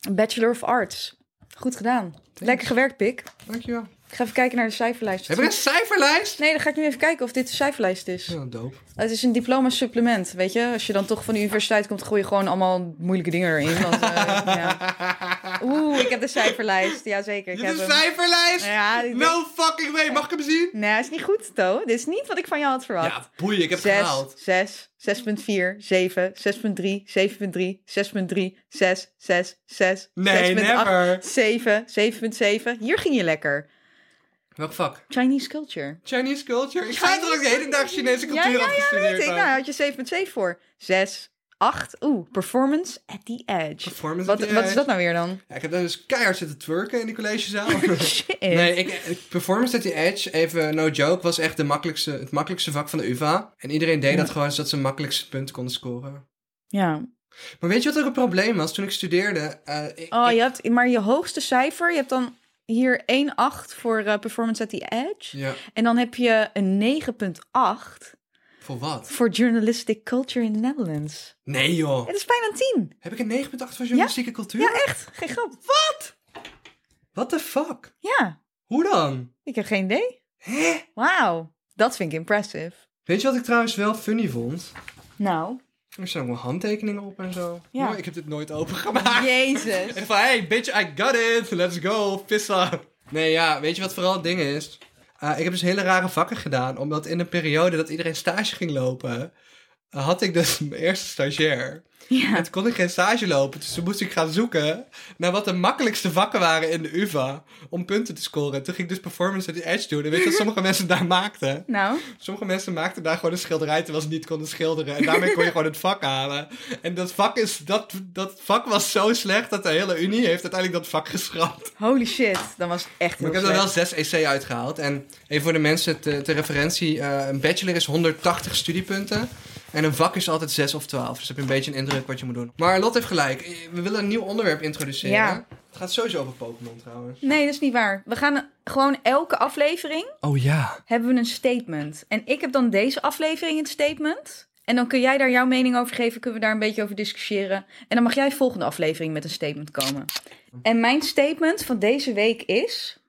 S5: Een Bachelor of Arts. Goed gedaan. Lekker gewerkt, Pik.
S4: dankjewel.
S5: Ik ga even kijken naar de cijferlijst.
S4: Heb je een cijferlijst?
S5: Nee, dan ga ik nu even kijken of dit de cijferlijst is.
S4: Ja, doop.
S5: Het is een diploma-supplement, weet je. Als je dan toch van de universiteit komt, gooi je gewoon allemaal moeilijke dingen erin. Want, eh, ja. Oeh, ik heb de cijferlijst. Jazeker, ik
S4: Dit
S5: heb
S4: is een
S5: hem.
S4: cijferlijst?
S5: Ja, dit-
S4: No fucking way, mag ik hem zien?
S5: Nee, is niet goed, To. Dit is niet wat ik van jou had verwacht.
S4: Ja, boeien, ik heb het
S5: 6,
S4: gehaald.
S5: 6, 6.4, 7, 6.3, 7.3, 6.3, 6, 6, 6,
S4: Nee,
S5: 6.8,
S4: never.
S5: 7, 7.7. Hier ging je lekker.
S4: Welk vak?
S5: Chinese culture.
S4: Chinese culture. Ik ga toch ook de hele dag Chinese
S5: Ja, ja,
S4: cultuur
S5: ja, dat
S4: afgestudeerd
S5: weet ik. Nou,
S4: hoor.
S5: daar had je 7.7 voor. 6, 8. Oeh, performance at the edge.
S4: Performance
S5: wat,
S4: at the
S5: wat is
S4: edge.
S5: dat nou weer dan?
S4: Ja, ik heb daar dus keihard zitten twerken in die collegezaal.
S5: Shit.
S4: Nee, ik, ik- Performance at the Edge, even no joke, was echt de makkelijkste, het makkelijkste vak van de UvA. En iedereen deed dat gewoon zodat ze het makkelijkste punten konden scoren.
S5: Ja.
S4: Maar weet je wat ook een probleem was? Toen ik studeerde, eh, ik,
S5: Oh,
S4: ik-
S5: je hebt maar je hoogste cijfer. Je hebt dan hier 1,8 voor eh, performance at the edge.
S4: Ja,
S5: En dan heb je een 9,8
S4: voor wat?
S5: voor journalistic culture in the Netherlands.
S4: Nee joh.
S5: Het is bijna een 10.
S4: Heb ik een 9.8 van journalistieke cultuur?
S5: Ja, echt. Geen grap. Wat?
S4: What the fuck?
S5: Ja,
S4: Hoe dan?
S5: ik heb geen idee.
S4: Hè?
S5: Wauw. Dat vind ik impressive.
S4: Weet je wat ik trouwens wel funny vond?
S5: Nou.
S4: Er staan ook wel handtekeningen op en zo.
S5: Ja.
S4: Maar ik heb dit nooit opengemaakt.
S5: Jezus.
S4: En van, hey bitch, I got it. Let's go. Pissa. Nee, ja, weet je wat vooral het ding is? Eh, ik heb dus hele rare vakken gedaan, omdat in de periode dat iedereen stage ging lopen, eh, had ik dus mijn eerste stagiair. En
S5: Ja.
S4: toen kon ik geen stage lopen, dus toen moest ik gaan zoeken naar wat de makkelijkste vakken waren in de UvA om punten te scoren. Toen ging ik dus performance at the edge doen. En weet je wat sommige mensen daar maakten?
S5: Nou.
S4: Sommige mensen maakten daar gewoon een schilderij terwijl ze niet konden schilderen. En daarmee kon je gewoon het vak halen. En dat vak, is, dat, dat vak was zo slecht dat de hele Unie heeft uiteindelijk dat vak geschrapt.
S5: Holy shit, dan was het echt
S4: Maar ik heb er wel 6 EC uitgehaald. En even voor de mensen te- ter referentie. eh, een bachelor is 180 studiepunten. En een vak is altijd 6 of 12. Dus heb je een beetje een indruk wat je moet doen. Maar Lot heeft gelijk. Eh, We willen een nieuw onderwerp introduceren.
S5: Ja.
S4: Het gaat sowieso over Pokémon trouwens.
S5: Nee, dat is niet waar. We gaan gewoon elke aflevering
S4: Oh ja.
S5: hebben we een statement. En ik heb dan deze aflevering het statement. En dan kun jij daar jouw mening over geven. Kunnen we daar een beetje over discussiëren. En dan mag jij volgende aflevering met een statement komen. En mijn statement van deze week is...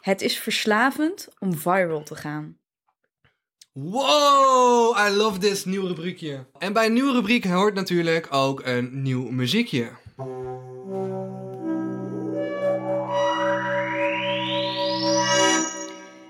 S5: Het is verslavend om viral te gaan.
S4: Wow, I love this nieuw rubriekje. En bij een nieuwe rubriek hoort natuurlijk ook een nieuw muziekje.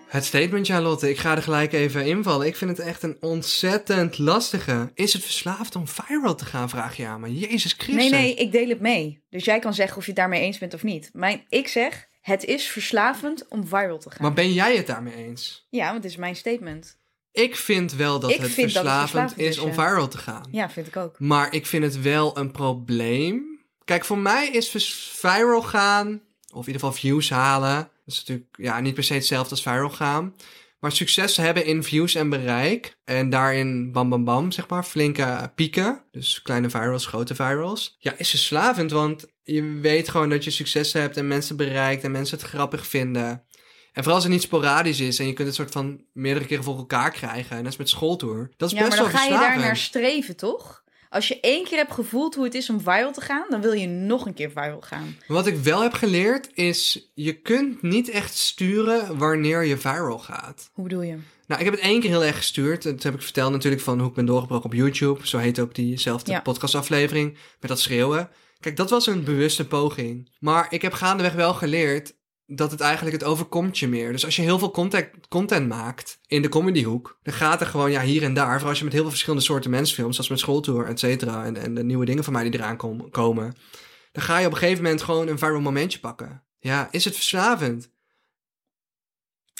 S4: Het statement, Charlotte, ik ga er gelijk even invallen. Ik vind het echt een ontzettend lastige. Is het verslaafd om viral te gaan, vraag je aan me. Jezus Christus.
S5: Nee, nee, ik deel het mee. Dus jij kan zeggen of je het daarmee eens bent of niet. Mijn, ik zeg, het is verslavend om viral te gaan.
S4: Maar ben jij het daarmee eens?
S5: Ja, want het is mijn statement.
S4: Ik vind wel dat,
S5: Ik
S4: het,
S5: vind dat het
S4: verslavend
S5: verslavend
S4: is
S5: is,
S4: om
S5: ja.
S4: viral te gaan.
S5: Ja, vind ik ook.
S4: Maar ik vind het wel een probleem. Kijk, voor mij is vis- viral gaan, of in ieder geval views halen. Dat is natuurlijk ja, niet per se hetzelfde als viral gaan. Maar succes hebben in views en bereik. En daarin bam bam bam, zeg maar, flinke pieken. Dus kleine virals, grote virals. Ja, is verslavend, want je weet gewoon dat je succes hebt en mensen bereikt en mensen het grappig vinden. En vooral als het niet sporadisch is en je kunt het soort van meerdere keren voor elkaar krijgen. En dat is met schooltour. Dat is
S5: ja,
S4: best
S5: maar dan
S4: wel
S5: ga je
S4: verslavend.
S5: daar naar streven, toch? Als je één keer hebt gevoeld hoe het is om viral te gaan, dan wil je nog een keer viral gaan.
S4: Wat ik wel heb geleerd is, je kunt niet echt sturen wanneer je viral gaat.
S5: Hoe bedoel je?
S4: Nou, ik heb het één keer heel erg gestuurd. En toen heb ik verteld natuurlijk van hoe ik ben doorgebroken op YouTube. Zo heet ook diezelfde
S5: Ja.
S4: podcastaflevering met dat schreeuwen. Kijk, dat was een bewuste poging. Maar ik heb gaandeweg wel geleerd dat het eigenlijk het overkomt je meer. Dus als je heel veel content, content maakt in de comedyhoek... dan gaat er gewoon ja, hier en daar. Vooral als je met heel veel verschillende soorten mensen filmt... zoals met schooltour, et cetera... En, en de nieuwe dingen van mij die eraan kom- komen... dan ga je op een gegeven moment gewoon een viral momentje pakken. Ja, is het verslavend?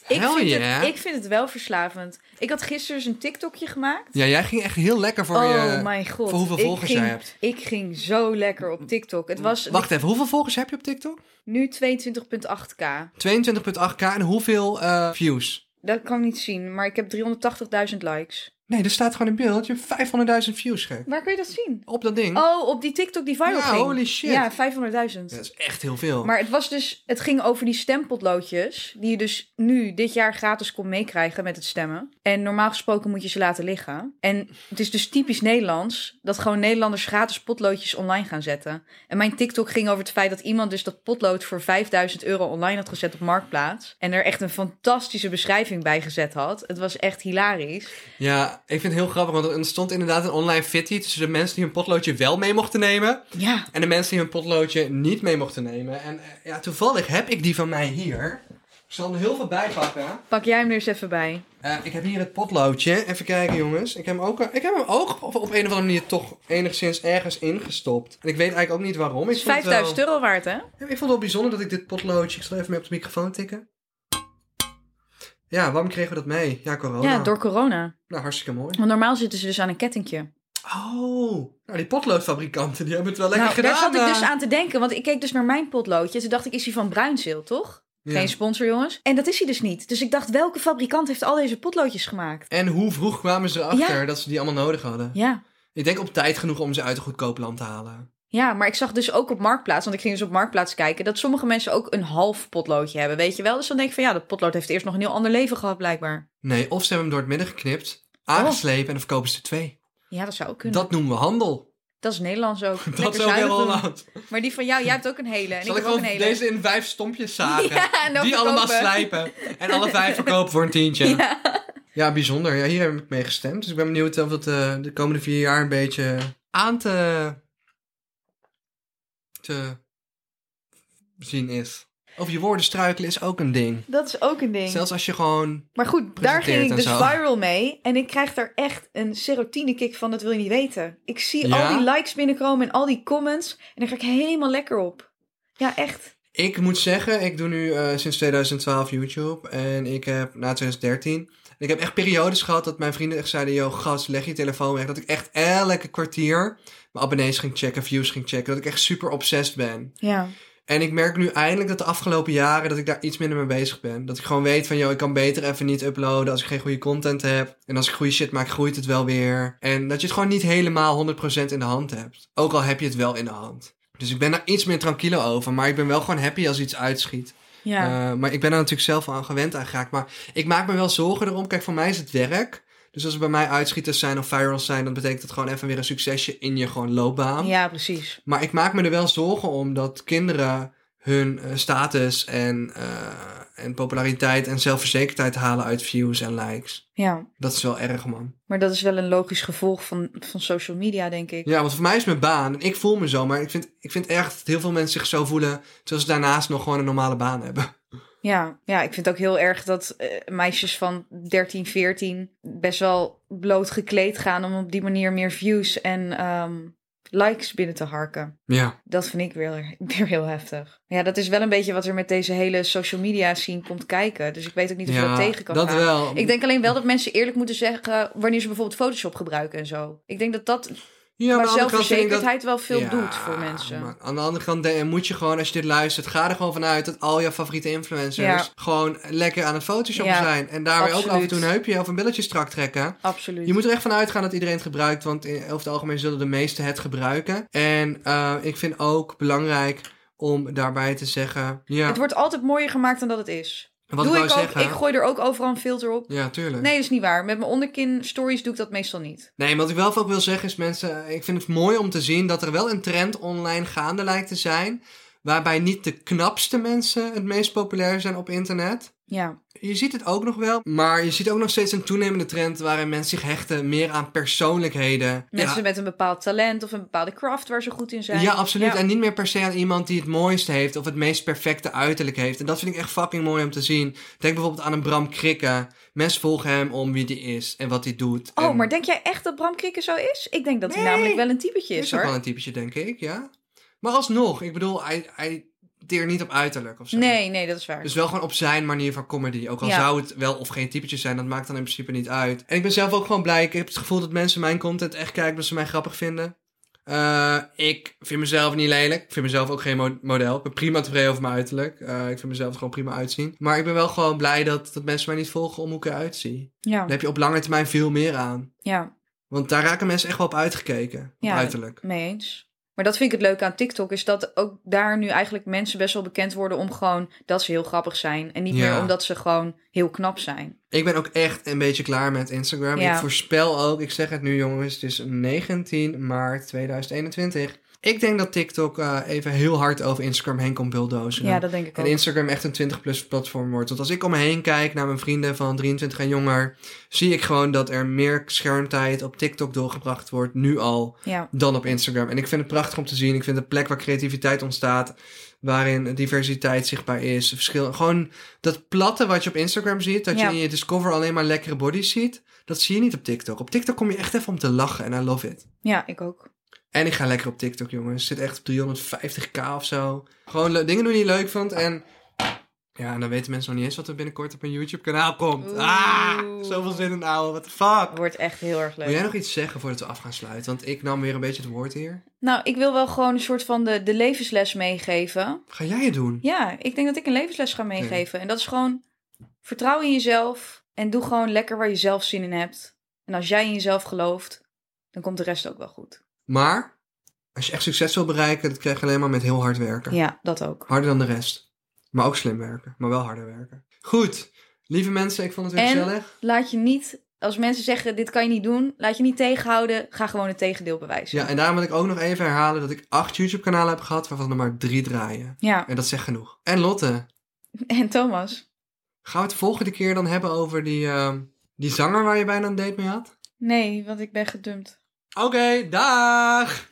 S5: Ik
S4: Hell
S5: vind,
S4: yeah.
S5: het, ik vind het wel verslavend. Ik had gisteren dus een TikTokje gemaakt.
S4: Ja, jij ging echt heel lekker voor
S5: oh
S4: je...
S5: mijn god.
S4: voor hoeveel
S5: Ik
S4: volgers
S5: ging-
S4: jij hebt.
S5: Ik ging zo lekker op TikTok. Het was
S4: Wacht even, hoeveel volgers heb je op TikTok?
S5: nu 22.8k.
S4: 22,8k en hoeveel eh, views?
S5: Dat kan ik niet zien, maar ik heb 380.000 likes.
S4: Nee, er staat gewoon in beeld. Je hebt 500.000 views, gek.
S5: Waar kun je dat zien?
S4: Op dat ding.
S5: Oh, op die TikTok die viral
S4: Hm? Ja,
S5: ging.
S4: holy shit.
S5: Ja, 500.000.
S4: Dat is echt heel veel.
S5: Maar het was dus, het ging over die stempotloodjes. Die je dus nu dit jaar gratis kon meekrijgen met het stemmen. En normaal gesproken moet je ze laten liggen. En het is dus typisch Nederlands dat gewoon Nederlanders gratis potloodjes online gaan zetten. En mijn TikTok ging over het feit dat iemand dus dat potlood voor 5000 euro online had gezet op Marktplaats. En er echt een fantastische beschrijving bij gezet had. Het was echt hilarisch.
S4: Ja, ik vind het heel grappig, want er stond inderdaad een online fitty tussen de mensen die hun potloodje wel mee mochten nemen
S5: Ja.
S4: en de mensen die hun potloodje niet mee mochten nemen. En eh, ja, toevallig heb ik die van mij hier. Ik zal er heel veel bij pakken.
S5: Pak jij hem er eens even bij.
S4: Eh, ik heb hier het potloodje. Even kijken, jongens. Ik heb hem ook, eh, ik heb hem ook op, op een of andere manier toch enigszins ergens ingestopt. En ik weet eigenlijk ook niet waarom. Ik
S5: Het is
S4: vond het wel-
S5: 5000 euro waard, hè?
S4: Ja, maar Ik vond het wel bijzonder dat ik dit potloodje... Ik zal even mee op de microfoon tikken. Ja, waarom kregen we dat mee? Ja, corona.
S5: Ja, door corona.
S4: Nou, hartstikke mooi.
S5: Want normaal zitten ze dus aan een kettingje.
S4: Oh, nou die potloodfabrikanten, die hebben het wel lekker
S5: Nou,
S4: gedaan.
S5: daar zat ik
S4: eh.
S5: dus aan te denken, want ik keek dus naar mijn potloodje. Toen dacht ik, is die van Bruinzeel, toch?
S4: Ja.
S5: Geen sponsor, jongens. En dat is hij dus niet. Dus ik dacht, welke fabrikant heeft al deze potloodjes gemaakt?
S4: En hoe vroeg kwamen ze erachter
S5: Ja.
S4: dat ze die allemaal nodig hadden?
S5: Ja.
S4: Ik denk op tijd genoeg om ze uit een goedkoop land te halen.
S5: Ja, maar ik zag dus ook op Marktplaats, want ik ging dus op Marktplaats kijken, dat sommige mensen ook een half potloodje hebben, weet je wel? Dus dan denk ik van, ja, dat potlood heeft eerst nog een heel ander leven gehad, blijkbaar.
S4: Nee, of ze hebben hem door het midden geknipt, aangeslepen en dan verkopen ze er twee.
S5: Ja, dat zou ook kunnen. Dat,
S4: Dat noemen we handel.
S5: is Nederlands ook.
S4: Dat is
S5: Lekker
S4: ook
S5: zuinig
S4: heel
S5: doen.
S4: Holland.
S5: Maar die van jou, jij hebt ook een hele. En ik heb
S4: Zal ik
S5: ook
S4: gewoon
S5: een hele.
S4: deze in vijf stompjes zagen?
S5: Ja, en dan
S4: die
S5: verkopen.
S4: allemaal slijpen. En alle vijf verkopen voor een tientje. Ja, bijzonder. Ja, hier heb ik mee gestemd. Dus ik ben benieuwd of dat eh, de komende vier jaar een beetje aan te, te zien is. Over je woorden struikelen is ook een ding.
S5: Dat is ook een ding.
S4: Zelfs als je gewoon...
S5: Maar goed, daar
S4: Presenteert
S5: ging ik
S4: en
S5: dus
S4: zo.
S5: viral mee. En ik krijg daar echt een serotine kick van, dat wil je niet weten. Ik zie
S4: Ja?
S5: al die likes binnenkomen en al die comments. En daar ga ik helemaal lekker op. Ja, echt.
S4: Ik moet zeggen, ik doe nu eh, sinds 2012 YouTube. En ik heb na 2013... Ik heb echt periodes gehad dat mijn vrienden echt zeiden... Yo, gast, leg je telefoon weg. Dat ik echt elke kwartier mijn abonnees ging checken, views ging checken. Dat ik echt super obsessed ben.
S5: Ja.
S4: En ik merk nu eindelijk dat de afgelopen jaren dat ik daar iets minder mee bezig ben. Dat ik gewoon weet van, joh, ik kan beter even niet uploaden als ik geen goede content heb. En als ik goede shit maak, groeit het wel weer. En dat je het gewoon niet helemaal 100% in de hand hebt. Ook al heb je het wel in de hand. Dus ik ben daar iets meer tranquilo over. Maar ik ben wel gewoon happy als iets uitschiet.
S5: Ja.
S4: Eh, maar ik ben daar natuurlijk zelf al aan gewend aan geraakt. Maar ik maak me wel zorgen erom. Kijk, voor mij is het werk. Dus als er bij mij uitschieters zijn of virals zijn, dan betekent het gewoon even weer een succesje in je gewoon loopbaan.
S5: ja, precies.
S4: Maar ik maak me er wel zorgen om dat kinderen hun eh, status en, eh, en populariteit en zelfverzekerdheid halen uit views en likes.
S5: Ja.
S4: Dat is wel erg, man.
S5: Maar dat is wel een logisch gevolg van, van social media, denk ik.
S4: Ja, want voor mij is mijn baan. En ik voel me zo, maar ik vind, ik vind echt dat heel veel mensen zich zo voelen. Terwijl ze daarnaast nog gewoon een normale baan hebben.
S5: Ja, ja ik vind het ook heel erg dat eh, meisjes van 13, 14 best wel bloot gekleed gaan om op die manier meer views en ehm, likes binnen te harken.
S4: Ja.
S5: Dat vind ik weer, weer heel heftig. Ja, dat is wel een beetje wat er met deze hele social media scene komt kijken. Dus ik weet ook niet of je dat tegen kan
S4: dat
S5: gaan.
S4: wel.
S5: Ik denk alleen wel dat mensen eerlijk moeten zeggen wanneer ze bijvoorbeeld Photoshop gebruiken en zo. Ik denk dat dat
S4: ja, maar
S5: qua
S4: aan de andere kant vind ik dat-
S5: zelfverzekerdheid wel veel
S4: Ja,
S5: doet voor mensen.
S4: maar aan de andere kant denk- moet je gewoon, als je dit luistert, ga er gewoon vanuit dat al jouw favoriete influencers
S5: Ja.
S4: gewoon lekker aan het Photoshop
S5: Ja,
S4: zijn. En daarmee ook af en
S5: absoluut.
S4: toe een heupje of een billetje strak trekken.
S5: Absoluut.
S4: Je moet er echt van uitgaan dat iedereen het gebruikt, want in- over het algemeen zullen de meesten het gebruiken. En eh, ik vind ook belangrijk om daarbij te zeggen, ja,
S5: Het wordt altijd mooier gemaakt dan dat het is.
S4: En wat
S5: doe
S4: ik
S5: ik
S4: wou
S5: ook.
S4: zeggen...
S5: Ik gooi er ook overal een filter op.
S4: Ja, tuurlijk.
S5: Nee, dat is niet waar. Met mijn onderkin stories doe ik dat meestal niet.
S4: Nee, maar wat ik wel vaak wil zeggen is mensen, ik vind het mooi om te zien dat er wel een trend online gaande lijkt te zijn, waarbij niet de knapste mensen het meest populair zijn op internet.
S5: Ja.
S4: Je ziet het ook nog wel, maar je ziet ook nog steeds een toenemende trend waarin mensen zich hechten meer aan persoonlijkheden.
S5: Mensen
S4: ja,
S5: met een bepaald talent of een bepaalde craft waar ze goed in zijn.
S4: ja, absoluut.
S5: Ja.
S4: En niet meer per se aan iemand die het mooiste heeft of het meest perfecte uiterlijk heeft. En dat vind ik echt fucking mooi om te zien. Denk bijvoorbeeld aan een Bram Krikke. Mensen volgen hem om wie die is en wat hij doet.
S5: Oh,
S4: En-
S5: maar denk jij echt dat Bram Krikke zo is? Ik denk dat hij namelijk wel een typetje is,
S4: Is ook wel
S5: hoor.
S4: een typetje, denk ik, ja. Maar alsnog, ik bedoel, hij, hij deert niet op uiterlijk of zo.
S5: Nee, nee, dat is waar.
S4: Dus wel gewoon op zijn manier van comedy. Ook al
S5: Ja.
S4: zou het wel of geen typetje zijn, dat maakt dan in principe niet uit. En ik ben zelf ook gewoon blij. Ik heb het gevoel dat mensen mijn content echt kijken, dat ze mij grappig vinden. Eh, ik vind mezelf niet lelijk. Ik vind mezelf ook geen mo- model. Ik ben prima tevreden over mijn uiterlijk. Eh, ik vind mezelf er gewoon prima uitzien. Maar ik ben wel gewoon blij dat, dat mensen mij niet volgen om hoe ik eruit zie.
S5: Ja,
S4: Daar heb je op lange termijn veel meer aan.
S5: ja,
S4: Want daar raken mensen echt wel op uitgekeken. op
S5: Ja.
S4: uiterlijk.
S5: mee eens. Maar dat vind ik het leuke aan TikTok, is dat ook daar nu eigenlijk mensen best wel bekend worden om gewoon dat ze heel grappig zijn. En niet
S4: Ja.
S5: meer omdat ze gewoon heel knap zijn.
S4: Ik ben ook echt een beetje klaar met Instagram.
S5: Ja.
S4: Ik voorspel ook, ik zeg het nu jongens, het is 19 maart 2021. Ik denk dat TikTok eh, even heel hard over Instagram heen komt bulldozen.
S5: Ja, dat denk ik
S4: en
S5: ook.
S4: Instagram echt een 20-plus platform wordt. Want als ik om me heen kijk naar mijn vrienden van 23 en jonger, zie ik gewoon dat er meer schermtijd op TikTok doorgebracht wordt, nu al,
S5: Ja,
S4: dan op Instagram. En ik vind het prachtig om te zien. Ik vind het een plek waar creativiteit ontstaat. Waarin diversiteit zichtbaar is. Verschil, gewoon dat platte wat je op Instagram ziet. Dat
S5: Ja.
S4: je in je Discover alleen maar lekkere bodies ziet. Dat zie je niet op TikTok. Op TikTok kom je echt even om te lachen. En I love it.
S5: ja, ik ook.
S4: En ik ga lekker op TikTok, jongens. Ik zit echt op 350k of zo. Gewoon le- dingen doen die je leuk vond. En ja, en dan weten mensen nog niet eens wat er binnenkort op een YouTube-kanaal komt.
S5: Oeh.
S4: Ah, zoveel zin in, ouwe. What the fuck?
S5: Wordt echt heel erg leuk.
S4: Wil jij nog iets zeggen voordat we af gaan sluiten? Want ik nam weer een beetje het woord hier.
S5: Nou, ik wil wel gewoon een soort van de, de levensles meegeven.
S4: Ga jij het doen?
S5: Ja, ik denk dat ik een levensles ga meegeven. En dat is gewoon vertrouw in jezelf en doe gewoon lekker waar je zelf zin in hebt. En als jij in jezelf gelooft, dan komt de rest ook wel goed.
S4: Maar als je echt succes wil bereiken, dat krijg je alleen maar met heel hard werken.
S5: Ja, dat ook.
S4: Harder dan de rest. Maar ook slim werken, maar wel harder werken. Goed, lieve mensen, ik vond het weer
S5: En-
S4: gezellig.
S5: Laat je niet, als mensen zeggen dit kan je niet doen, laat je niet tegenhouden. Ga gewoon het tegendeel bewijzen.
S4: Ja, en daarom wil ik ook nog even herhalen dat ik acht YouTube-kanalen heb gehad, waarvan er maar drie draaien.
S5: Ja,
S4: En dat zegt genoeg. En Lotte,
S5: en Thomas?
S4: gaan we het volgende keer dan hebben over die, ehm, die zanger waar je bijna een date mee had?
S5: Nee, want ik ben gedumpt.
S4: Oké, dag!